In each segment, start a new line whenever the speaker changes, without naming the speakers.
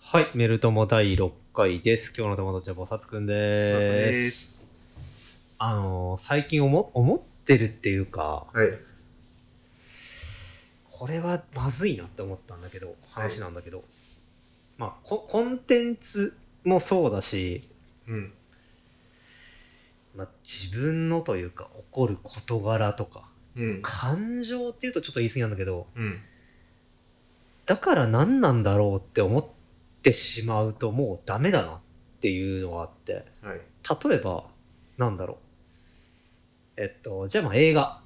はい、メルトモ第6回です。今日の友達は菩薩くんです。
菩薩です
あのー最近思思ってるっていうか、
はい。
これはまずいなって思ったんだけど、話なんだけど、まあコ、コンテンツもそうだし、
うん。
まあ、自分のというか、起こる事柄とか、
うん。
感情っていうとちょっと言い過ぎなんだけど、
うん。
だから何なんだろうって思ってしまうと、もうダメだなっていうのがあって。
はい。
例えばなんだろうえっとじゃあまあ映画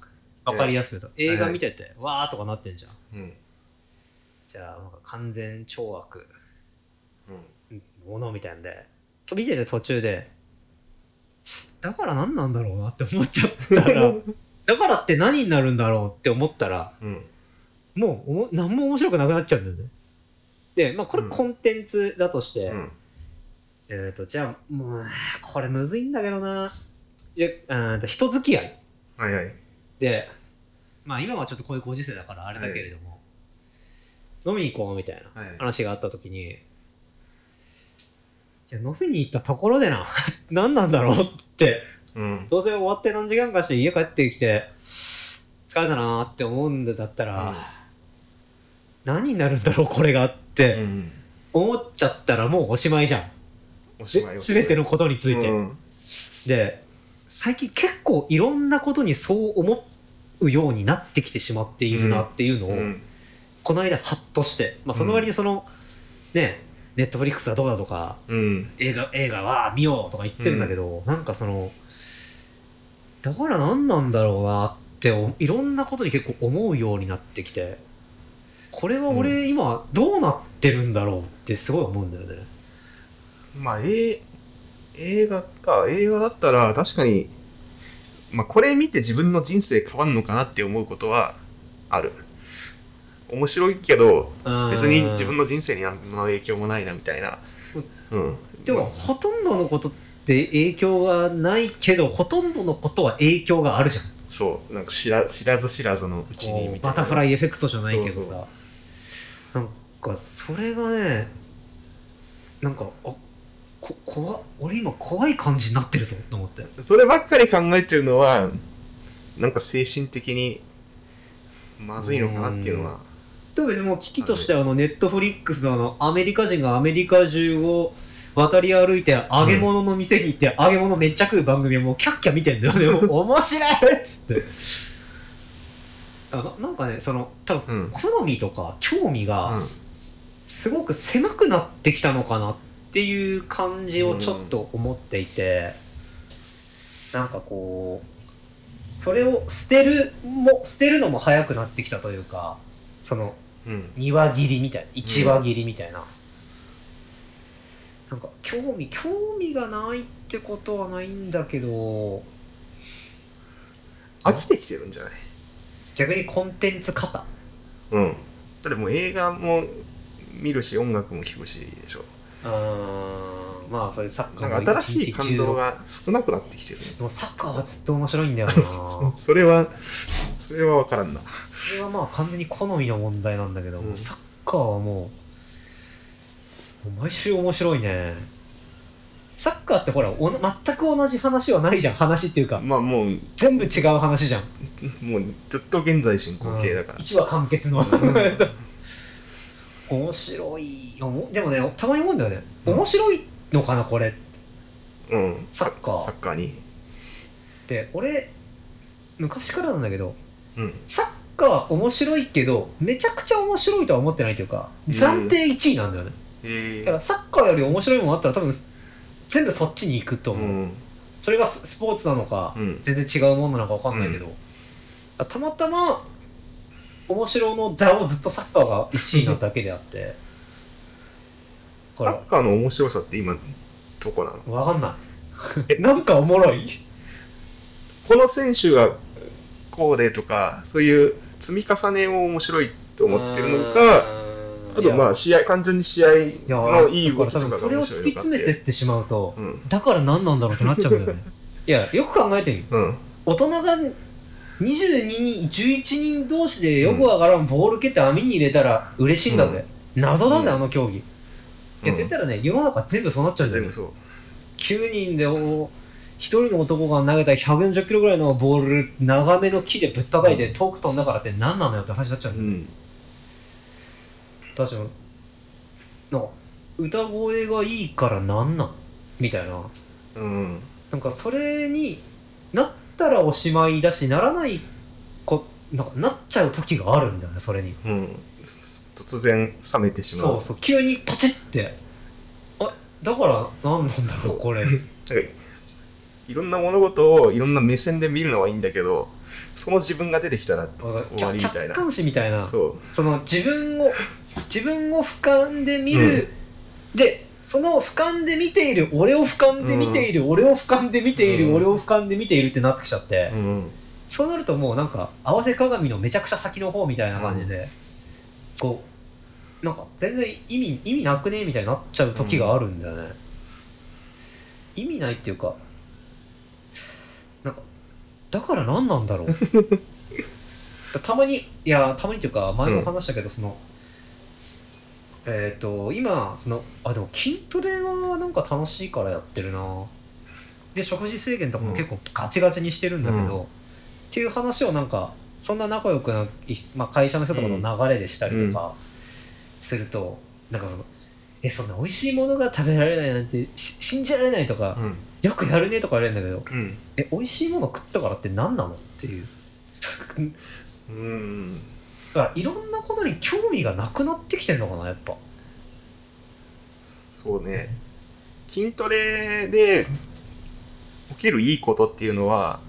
わかりやすく言うと、
い
映画見てて、わーとかなってんじゃん
うん。
じゃあなんか完全懲悪
うん。
ものみたいんでと見てて途中でだから何なんだろうなって思っちゃった らだからって何になるんだろうって思ったら
うん。
もうおも何も面白くなくなっちゃうんだよねでまあこれ
うん
コンテンツだとして、
うん。
えっ、とじゃあもうこれむずいんだけどなじゃあうんと人付き合い
はいはい。
で、まあ今はちょっとこういうご時世だからあれだけれども、飲みに行こうみたいな
はい。
話があった時に、いや飲みに行ったところでな、 何なんだろうって、
うん。
どうせ終わって何時間かして家帰ってきて、疲れたなーって思うんだったら、
うん
何になるんだろうこれがっ
う
て
ん。
思っちゃったらもうおしまいじゃん。
おしまい
すべて
の
のことについて。
うん。
で、最近結構いろんなことにそう思うようになってきてしまっているなっていうのを、
うん。
この間ハッとして、まあ、その割にその、ねネットフリックスはどうだとか
うん。
映画映画は見ようとか言ってるんだけど、なんかそのだから何なんだろうなっておいろんなことに結構思うようになってきてこれは
う
俺今どうなってるんだろうってすごい思うんだよね。
まあ、え映画か。映画だったら、確かに、まあ、これ見て自分の人生変わんのかなって思うことはある。面白いけど、
うん
別に自分の人生に何の影響もないなみたいな。うん。
でもほとんどのことって影響がないけどほとんどのことは影響があるじゃん。
そう、なんか知ら知らず知らずのうち
こ
にみ
う
たいな。
バタフライエフェクトじゃないけど
そう
さなんかそれがねなんかあこ怖俺今怖い感じになってるぞと思って
そればっかり考えてるのはなんか精神的にまずいのかなっていうのは
でも別にもう危機としてはあのネットフリックスのあのアメリカ人がアメリカ中を渡り歩いて揚げ物の店に行って揚げ物めっちゃ食う番組をもうキャッキャ見てんだよ ねもう面白いっつってあななんかねその多
う
分
ん
好みとか興味が、
うん
すごく狭くなってきたのかなっていう感じをちょっと思っていて、なんかこうそれを捨てるも捨てるのも早くなってきたというかその
うん
2話切りみたいな1話切りみたいな、なんか興味興味がないってことはないんだけど
飽きてきてるんじゃない
逆にコンテンツ型
うんだってもう映画も見るし音楽も聴くしでしょ
うーんまあそれサッカ
な
ー
んか新しい感動が少なくなってきてるね
もうサッカーはずっと面白いん だよな
そ それはそれは分からんな
それはまあ完全に好みの問題なんだけど、
うん
サッカーはもうもう毎週面白いねサッカーってほらおな全く同じ話はないじゃん話っていうか
まあもう
全部違う話じゃん
もうずっと現在進行形だから
1話完結の
ん
面白いおもでもねたまに思うんだよね
うん
面白いのかなこれっ
うん
サッカー
サッカーに
て俺昔からなんだけど
うん
サッカー面白いけどめちゃくちゃ面白いとは思ってないというか
うん
暫定1位なんだよね
へ
だからサッカーより面白いものあったら多分全部そっちに行くと
う
思う、
ん
それがススポーツなのか、
うん
全然違うものなのか分かんないけど、たまたま面白の座をずっとサッカーが1位なだけであって ほ
サ
ら
ッカーの面白さって今どこなの
分かん ないなんかおもろい
この選手がこうでとかそういう積み重ねを面白いと思ってるのかあとまあ試合単純に試合
いや
のいい動
だ
き
か
と
ら多分
かが
それを
面
突き
白い
詰
のか
めてってしまうと、
うん
だから何なんだろうってなっちゃうん だよねいやよく考えてみ
うん
大人が22人11人同士でよくわからんボール蹴って網に入れたら嬉しいんだぜ、謎だぜ、
うん
あの競技いや、って言ったらね、世の中全部そうなっちゃうんです
全
よ
部。そう
9人で、お一人の男が投げた140キロぐらいのボール、長めの木でぶったたいて、遠く飛んだからって何なのよって話になっちゃうん
う
だよ。
ん
確かに。なんか歌声がいいからなんなんみたいな。
うん
なんかそれになったらおしまいだしならないこなんかなっちゃう時があるんだよねそれに
うんす突然冷めてしま
そううそう急にパチってあだから何なんだろうこ れ
なんかいろんな物事をいろんな目線で見るのはいいんだけどその自分が出てきたら終わりみたい
客
な
観視みたいなそ
そう
の自分を自分を俯瞰で見る、でその俯瞰で見ている俺を俯瞰で見ている、俺を俯瞰で見ている、
うん
俺を俯瞰で見ているってなってきちゃって、
うん
そうなるともうなんか合わせ鏡のめちゃくちゃ先の方みたいな感じで、こうなんか全然意味意味なくねみたいになっちゃう時があるんだよね、意味ないっていうかなんかだから何なんだろう だたまにいやたまにっていうか前も話したけど、そのえっ、と今そのあでも筋トレはなんか楽しいからやってるなで食事制限とかも結構ガチガチにしてるんだけど、
うん
っていう話をなんかそんな仲良くない、まあ、会社の人とかの流れでしたりとかすると、なんかその「えそんな美味しいものが食べられないなんてし信じられない」とか、
うん
よくやるね」とか言われるんだけど
うん
「え美味しいもの食ったからって何なの?」っていう だ
うん
からいろんなことに興味がなくなってきてるのかなやっぱ
そうね筋トレで起きるいいことっていうのは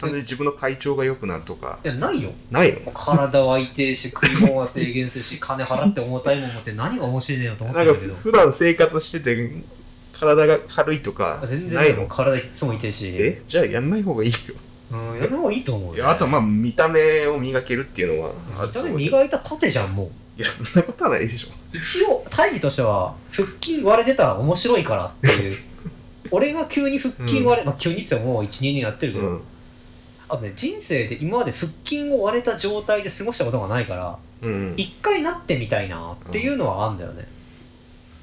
単純に自分の体調が良くなるとか
いやないよ
ないの
体は痛いし食い物は制限するし金払って重たいもん持って何が面白いねよと思って
なん
る
か
んだけど
普段生活してて体が軽いとか
全
ない
然もう
の
体いつも痛いし
えじゃあやんない方がいいよ
うんやんな方がいいと思う、
い
ね、
やあとはまあ見た目を磨けるっていうのはあると
た
思
目
うい
磨いた盾じゃんもう
やそんなことはないでしょ
一応大義としては腹筋割れてたら面白いからって いう俺が急に腹筋割れ、まあ急にっつってももう12年やってるけ
う
ど、
ん
あとね人生で今まで腹筋を割れた状態で過ごしたことがないから
うん
一回なってみたいなっていうのはあんだよね、っ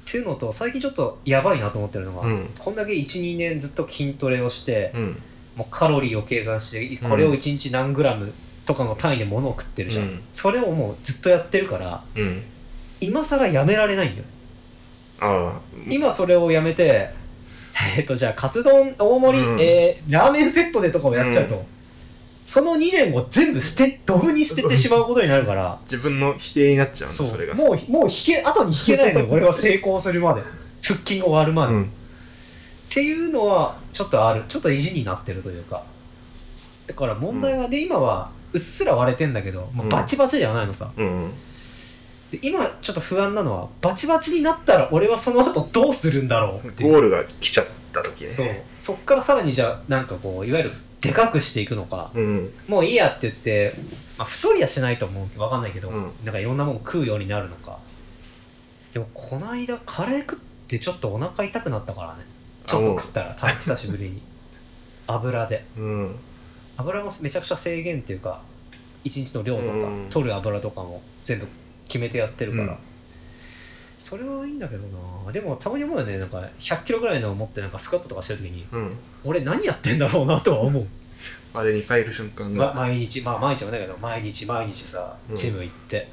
ていうのと最近ちょっとやばいなと思ってるのが、
うん
こんだけ12年ずっと筋トレをして、
うん
もうカロリーを計算してこれを1日何グラムとかの単位で物を食ってるじゃん、
うん
それをもうずっとやってるから
うん
今更やめられないんだよ
ああ
今それをやめて えっ、とじゃあカツ丼大盛り、
うん
えーラーメンセットでとかをやっちゃうと、その2年を全部捨てドブに捨ててしまうことになるから
自分の否定になっちゃうの
そ
そうれが
もうもう引け後に引けないのよ俺は成功するまで腹筋が終わるまで、っ
うん
ていうのはちょっとあるちょっと意地になってるというかだから問題はね、今はうっすら割れてんだけど、まあ
うん
バチバチじゃないのさ、
うん
で今ちょっと不安なのはバチバチになったら俺はその後どうするんだろうっていう
ゴールが来ちゃった時ね
そうそっからさらにじゃあなんかこういわゆるでかくしていくのか
うん
もういいやって言って、まあ、太りはしないと思うわかんないけど、
うん
なんかいろんなもん食うようになるのかでもこの間カレー食ってちょっとお腹痛くなったからねちょっと食ったらた久しぶりに 油で
うん
油もめちゃくちゃ制限っていうか一日の量とか、
うん
取る油とかも全部決めてやってるから、
うん
それはいいんだけどなでもたまに思うよねなんか100キロぐらいの持ってなんかスクワットとかしてる時に
うん
俺何やってんだろうなとは思う、
あれに帰る瞬間
ま、
が
毎日まあ毎日もだけど毎日毎日さ
うん
ジム行って、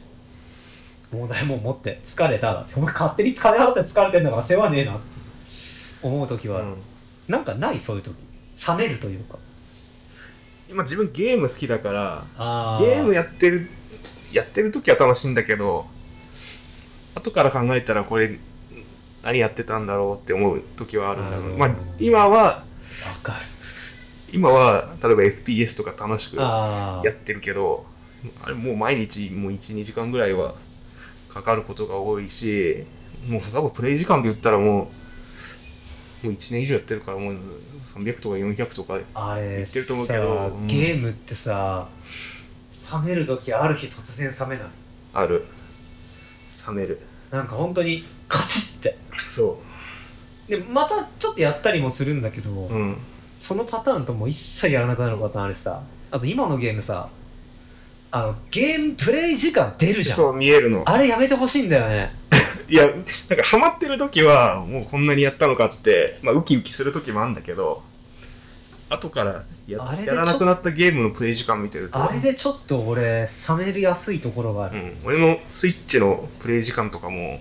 問題もう持って疲れただってお前勝手に金払って疲れてんだから世話ねえなって思う時
う
は、
ん
なんかないそういう時冷めるというか
今自分ゲーム好きだから
あ
ゲーム
や
やってるやってる時は楽しいんだけど後から考えたらこれ何やってたんだろうって思う時はあるんだろう、
あのー
まあ今は
わかる
今は例えば FPS とか楽しくや
ああ
ってるけどあれもう毎日もう12時間ぐらいはかかることが多いしもう多分プレイ時間で言ったらもうもう1年以上やってるからもう300とか400とか
あれ
言ってると思うけど
さ
うん
ゲームってさ冷める時ある日突然冷めない
ある冷める
なんか本当にカチッて
そ
でまたちょっとやったりもするんだけど、
ううん
そのパターンともう一切やらなくなるパターンあれさあと今のゲームさあのゲームプレイ時間出るじゃん
そう見えるの
あれやめてほしいんだよね
いや、なんかハマってる時は、もうこんなにやったのかって、まあ、ウキウキする時もあるんだけど、後からや
あれでちょ
やらなくなったゲームのプレイ時間見てると、
あれでちょっと俺冷めるやすいところがあ
う
る、
ん、俺のスイッチのプレイ時間とかも、もう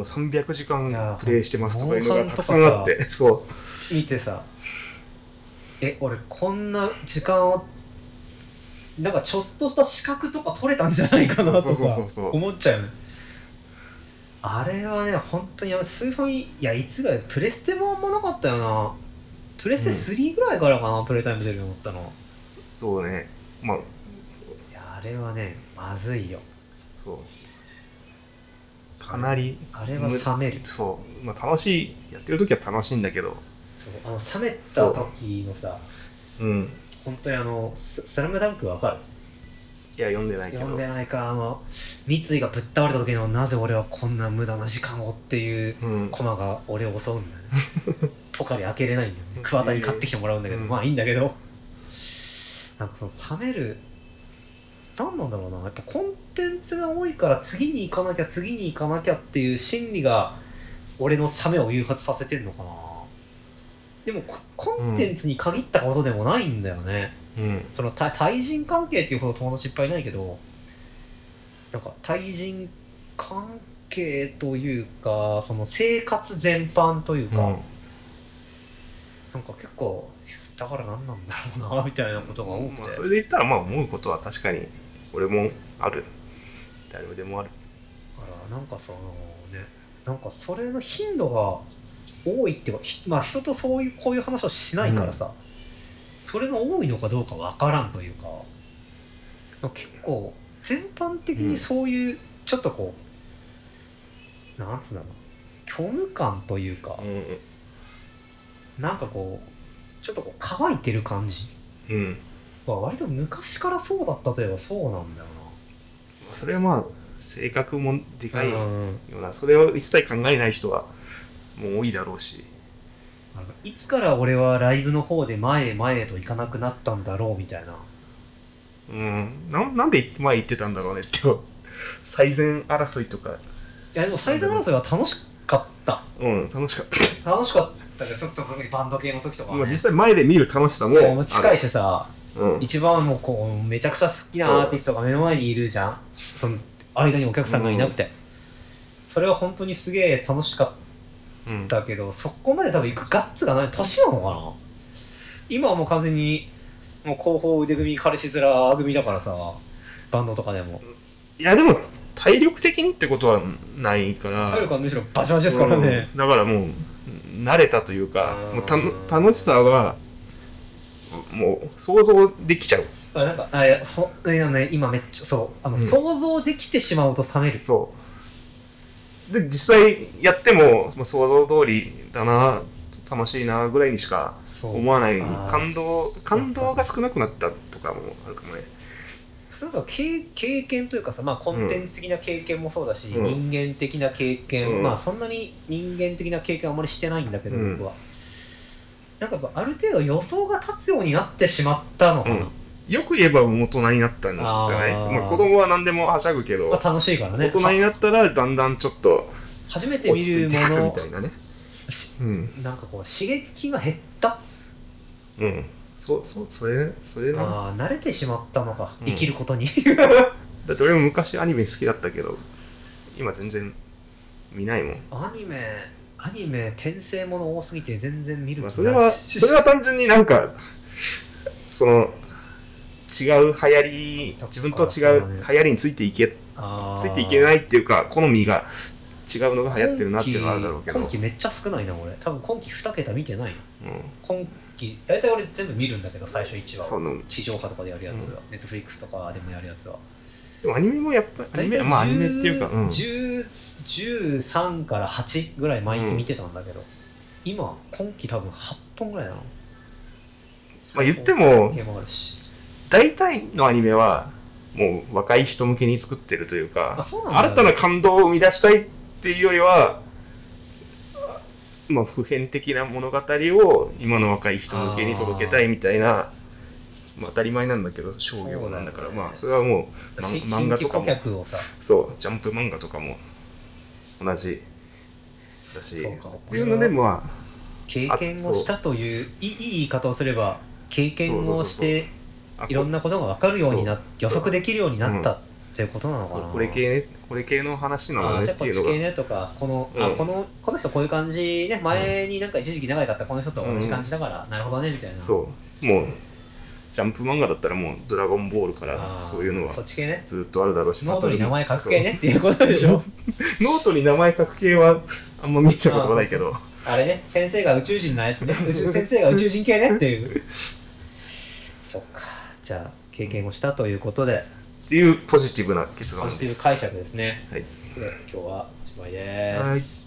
300時
いや
間
ー
プレイしてますとかいうの
モ
が
ンハンと
たく
か
さ
さ
んあって、そう。
見てさえ俺こんな時間をなんかちょっとした資格とか取れたんじゃないかなとか
そうそうそうそう
思っちゃうよねあれはね本当にやめスーファミいやいつがプレステもあんまなかったよなプレステ3ぐらいからかな、プレイタイムしてると思ったの
そうね。まあ、
いやあれはねまずいよ
そう。かなり、
あれは冷める
そう。まあ、楽しい、やってる時は楽しいんだけど、
そうあの冷めた時のさ
うん。
本当にあのス「スラムダンクわかる
いや、読んでないけ
読
ど
んで。ないかあの三井がぶっ倒れた時のなぜ俺はこんな無駄な時間をっていう
うん。
コマが俺を襲 うんだよねポカリ開けれないんだよね桑田に買ってきてもらうんだけど、
うん
まあいいんだけどなんかその冷める何なんだろうなやっぱコンテンツが多いから次に行かなきゃ次に行かなきゃっていう心理が俺の冷めを誘発させてんのかなでもココンテンツに限ったことでもないんだよね、
うん。
そのた対人関係っていうほど友達いっぱいいないけどなんか対人関係というかその生活全般という
う
か、
ん。
なんか結構だから何なんだろうなみたいなことが多くて、
まあ、それで言ったら、まあ、思うことは確かに、俺もある。誰でもある。
だからなんかそのねなんかそれの頻度が多いっていうかひまあ人とそういうこういう話をしないからさ、それが多いのかどうかわからんというかなんか結構全般的
うん
にそういうちょっとこう、なんつうんだろう虚無感というか、
うん。
なんかこうちょっとこう乾いてる感じ
うん。
は割と昔からそうだったといえばそうなんだよ
それはまあ、性格もで
な。
かいよ
うん
うな、それを一切考えない人は、もう多いだろうし。
あのいつから俺はライブの方で前へ前へと行かなくなったんだろうみたいな
うん、ななんで前言ってたんだろうねって最善争いとか、
いやでもサイズ争いは楽しかった
うん、楽しかっ
楽しかったねちょっと特にバンド系の時と
た、
か、
まあ、実際前で見る楽しさも
もう近い
し、
しさ
うん、
一番もうこうめちゃくちゃ好きなアーティストが目の前にいるじゃんその間にお客さんがいなくて、それは本当にすげえ楽しかっ
うん
だけどそこまで多分行くガッツがない年なのかな今はもう完全にもう後方腕組彼氏面組だからさバンドとかでも
いやでも体力的にってことはないから
体力はむしろバチバチですからね、
うんだからもう慣れたというか
うん
もうたの楽しさはもう想像できちゃう
あなんかあいやほいやね今めっちゃそうあの、
うん
想像できてしまうと冷める
そうで実際やってもまあ想像通りだな楽しいなぐらいにしか
そう
思わない
あー
感動
そう
感動が少なくなったとかもあるかもね
なんか経経験というかさ、まあ、コンテンツ的な経験もそうだし、
うん
人間的な経験、
うん
まあそんなに人間的な経験はあんまりしてないんだけど、
うん
僕はなんかやっぱある程度予想が立つようになってしまったのかな、
うんよく言えばもう大人になったんじゃない
あー
まあ、子供は何でもはしゃぐけど、
まあ、楽しいからね
大人になったらだんだんちょっと
は初めて
落
見
ち着
る
いて
も
くるみ
の
たいなね
し
うん
なんかこう刺激が減った
うんそそそれそれな
あー慣れてしまったのか、
うん
生きることに
だって俺も昔アニメ好きだったけど今全然見ないもん
アニメアニメ転生もの多すぎて全然見る気
ま
な
あ、
い
それは
し
それは単純になんかその違う流行り自分と違う流行りについていけ
あー
ついていけないっていうか好みが違うのが流行ってるなっていうのはあるだろうけど、う、
今期今期めっちゃ少ないな俺多分今期2桁見てないなん今期大体俺全部見るんだけど最初1話
そ
を
の
地上波とかでやるやつは、ネットフリックスとかでもやるやつは
でもアニメもやっぱアニメ
大体
まあアニメっていうか、うん、
10 13から8ぐらい毎日見てたんだけど、今今期多分8本ぐらいなの
まあ言っても
ゲームもあるし
大体のアニメはもう若い人向けに作ってるというか
あそうなんだ
新たな感動を生み出したいっていうよりはあまあ普遍的な物語を今の若い人向けに届けたいみたいなまあ、当たり前なんだけど商業なんだから
そうだよね
まあそれはもう、
し
ま、漫画とかも
新規顧客をさ
そうジャンプ漫画とかも同じだし
そうか
っていうので
こ
まあ
経験をしたといういいい言い方をすれば経験
そうそうそ
を
う
し
そう
て
あ
いろんなことが分かるようになっ
そう
予測できるようになった
う
っていうことなのか
そう
な
これ系ねこれ系の話なの
あー
ね
じゃ
っ
あ
て
こっ
い
ち
うの
系
が
ねとかこの、
う
あ
ん
このこの人こういう感じね前になんか一時期長かったこの人と同じ感じだから、なるほどねみたいな
そうもうジャンプ漫画だったらもう「ドラゴンボール」か
あ
ら
ー
そういうのは
そっち系ね
ずっとあるだろうし
ノートに名前書
書
く系ねっていうことでしょ
ノートに名前書く系はあんま見たことがないけど
あれね先生が宇宙人のや つね宇宙先生が宇宙人系ねっていうそっかじゃあ経験をしたということで
っていうポジティブな結
ポ
論
ジテ
で
ィブ
す。
解釈ですね
はい
で今日はおしまいです
はい